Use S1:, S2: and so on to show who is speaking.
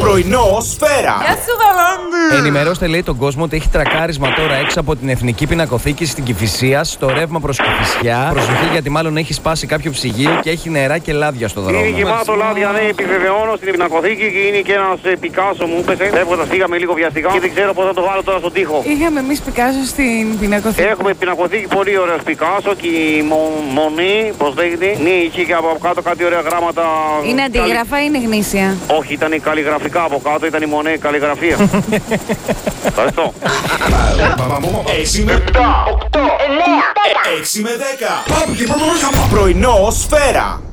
S1: Πρωινό σφαίρα.
S2: Γεια σου, Βαλάνδη!
S3: Ενημερώστε, λέει, τον κόσμο ότι έχει τρακάρισμα τώρα έξω από την Εθνική Πινακοθήκη στην Κυφυσία, στο ρεύμα προς Κυφυσιά. Προσοχή, γιατί μάλλον έχει σπάσει κάποιο ψυγείο και έχει νερά και λάδια στο δρόμο.
S4: Είναι γεμάτο λάδια, ναι, επιβεβαιώνω στην πινακοθήκη και είναι και ένας πικάσο μου πέσε. Εύχοντα φύγαμε λίγο βιαστικά και δεν ξέρω πώς θα το βάλω τώρα στον τοίχο.
S2: Είχαμε εμείς Πικάσο στην πινακοθήκη.
S4: Έχουμε πινακοθήκη πολύ ωραίος πικάσο και η μο- μονή, πώς λέγεται. Ναι, είχε και από κάτω κάτι ωραία γράμματα.
S5: Είναι
S4: Καλυ-
S5: αντίγραφα ή είναι γνήσια.
S4: Όχι, ήταν η καλλιγραφικά από κάτω, ήταν η μονή καλλιγραφία. Ευχαριστώ.
S1: 6 με Ε, 7, 8, 9, 10. 6 με 10. Πρωινό σφαίρα.